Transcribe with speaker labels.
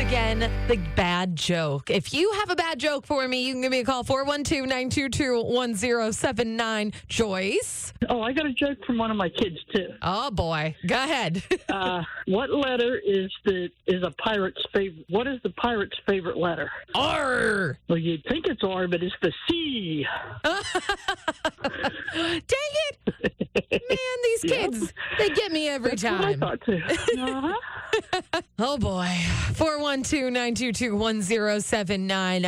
Speaker 1: again, the bad joke. If you have a bad joke for me, you can give me a call 412 922 1079. Joyce.
Speaker 2: Oh, I got a joke from one of my kids too.
Speaker 1: Oh, boy. Go ahead.
Speaker 2: Uh, what letter is the is a pirate's favorite? What is the pirate's favorite letter?
Speaker 1: R.
Speaker 2: Well, you'd think it's R, but it's the C.
Speaker 1: Dang it. Man, these
Speaker 2: Yeah.
Speaker 1: kids, they get me every
Speaker 2: That's what I
Speaker 1: time.
Speaker 2: thought too. Uh-huh.
Speaker 1: Oh, boy. 412 922 1079.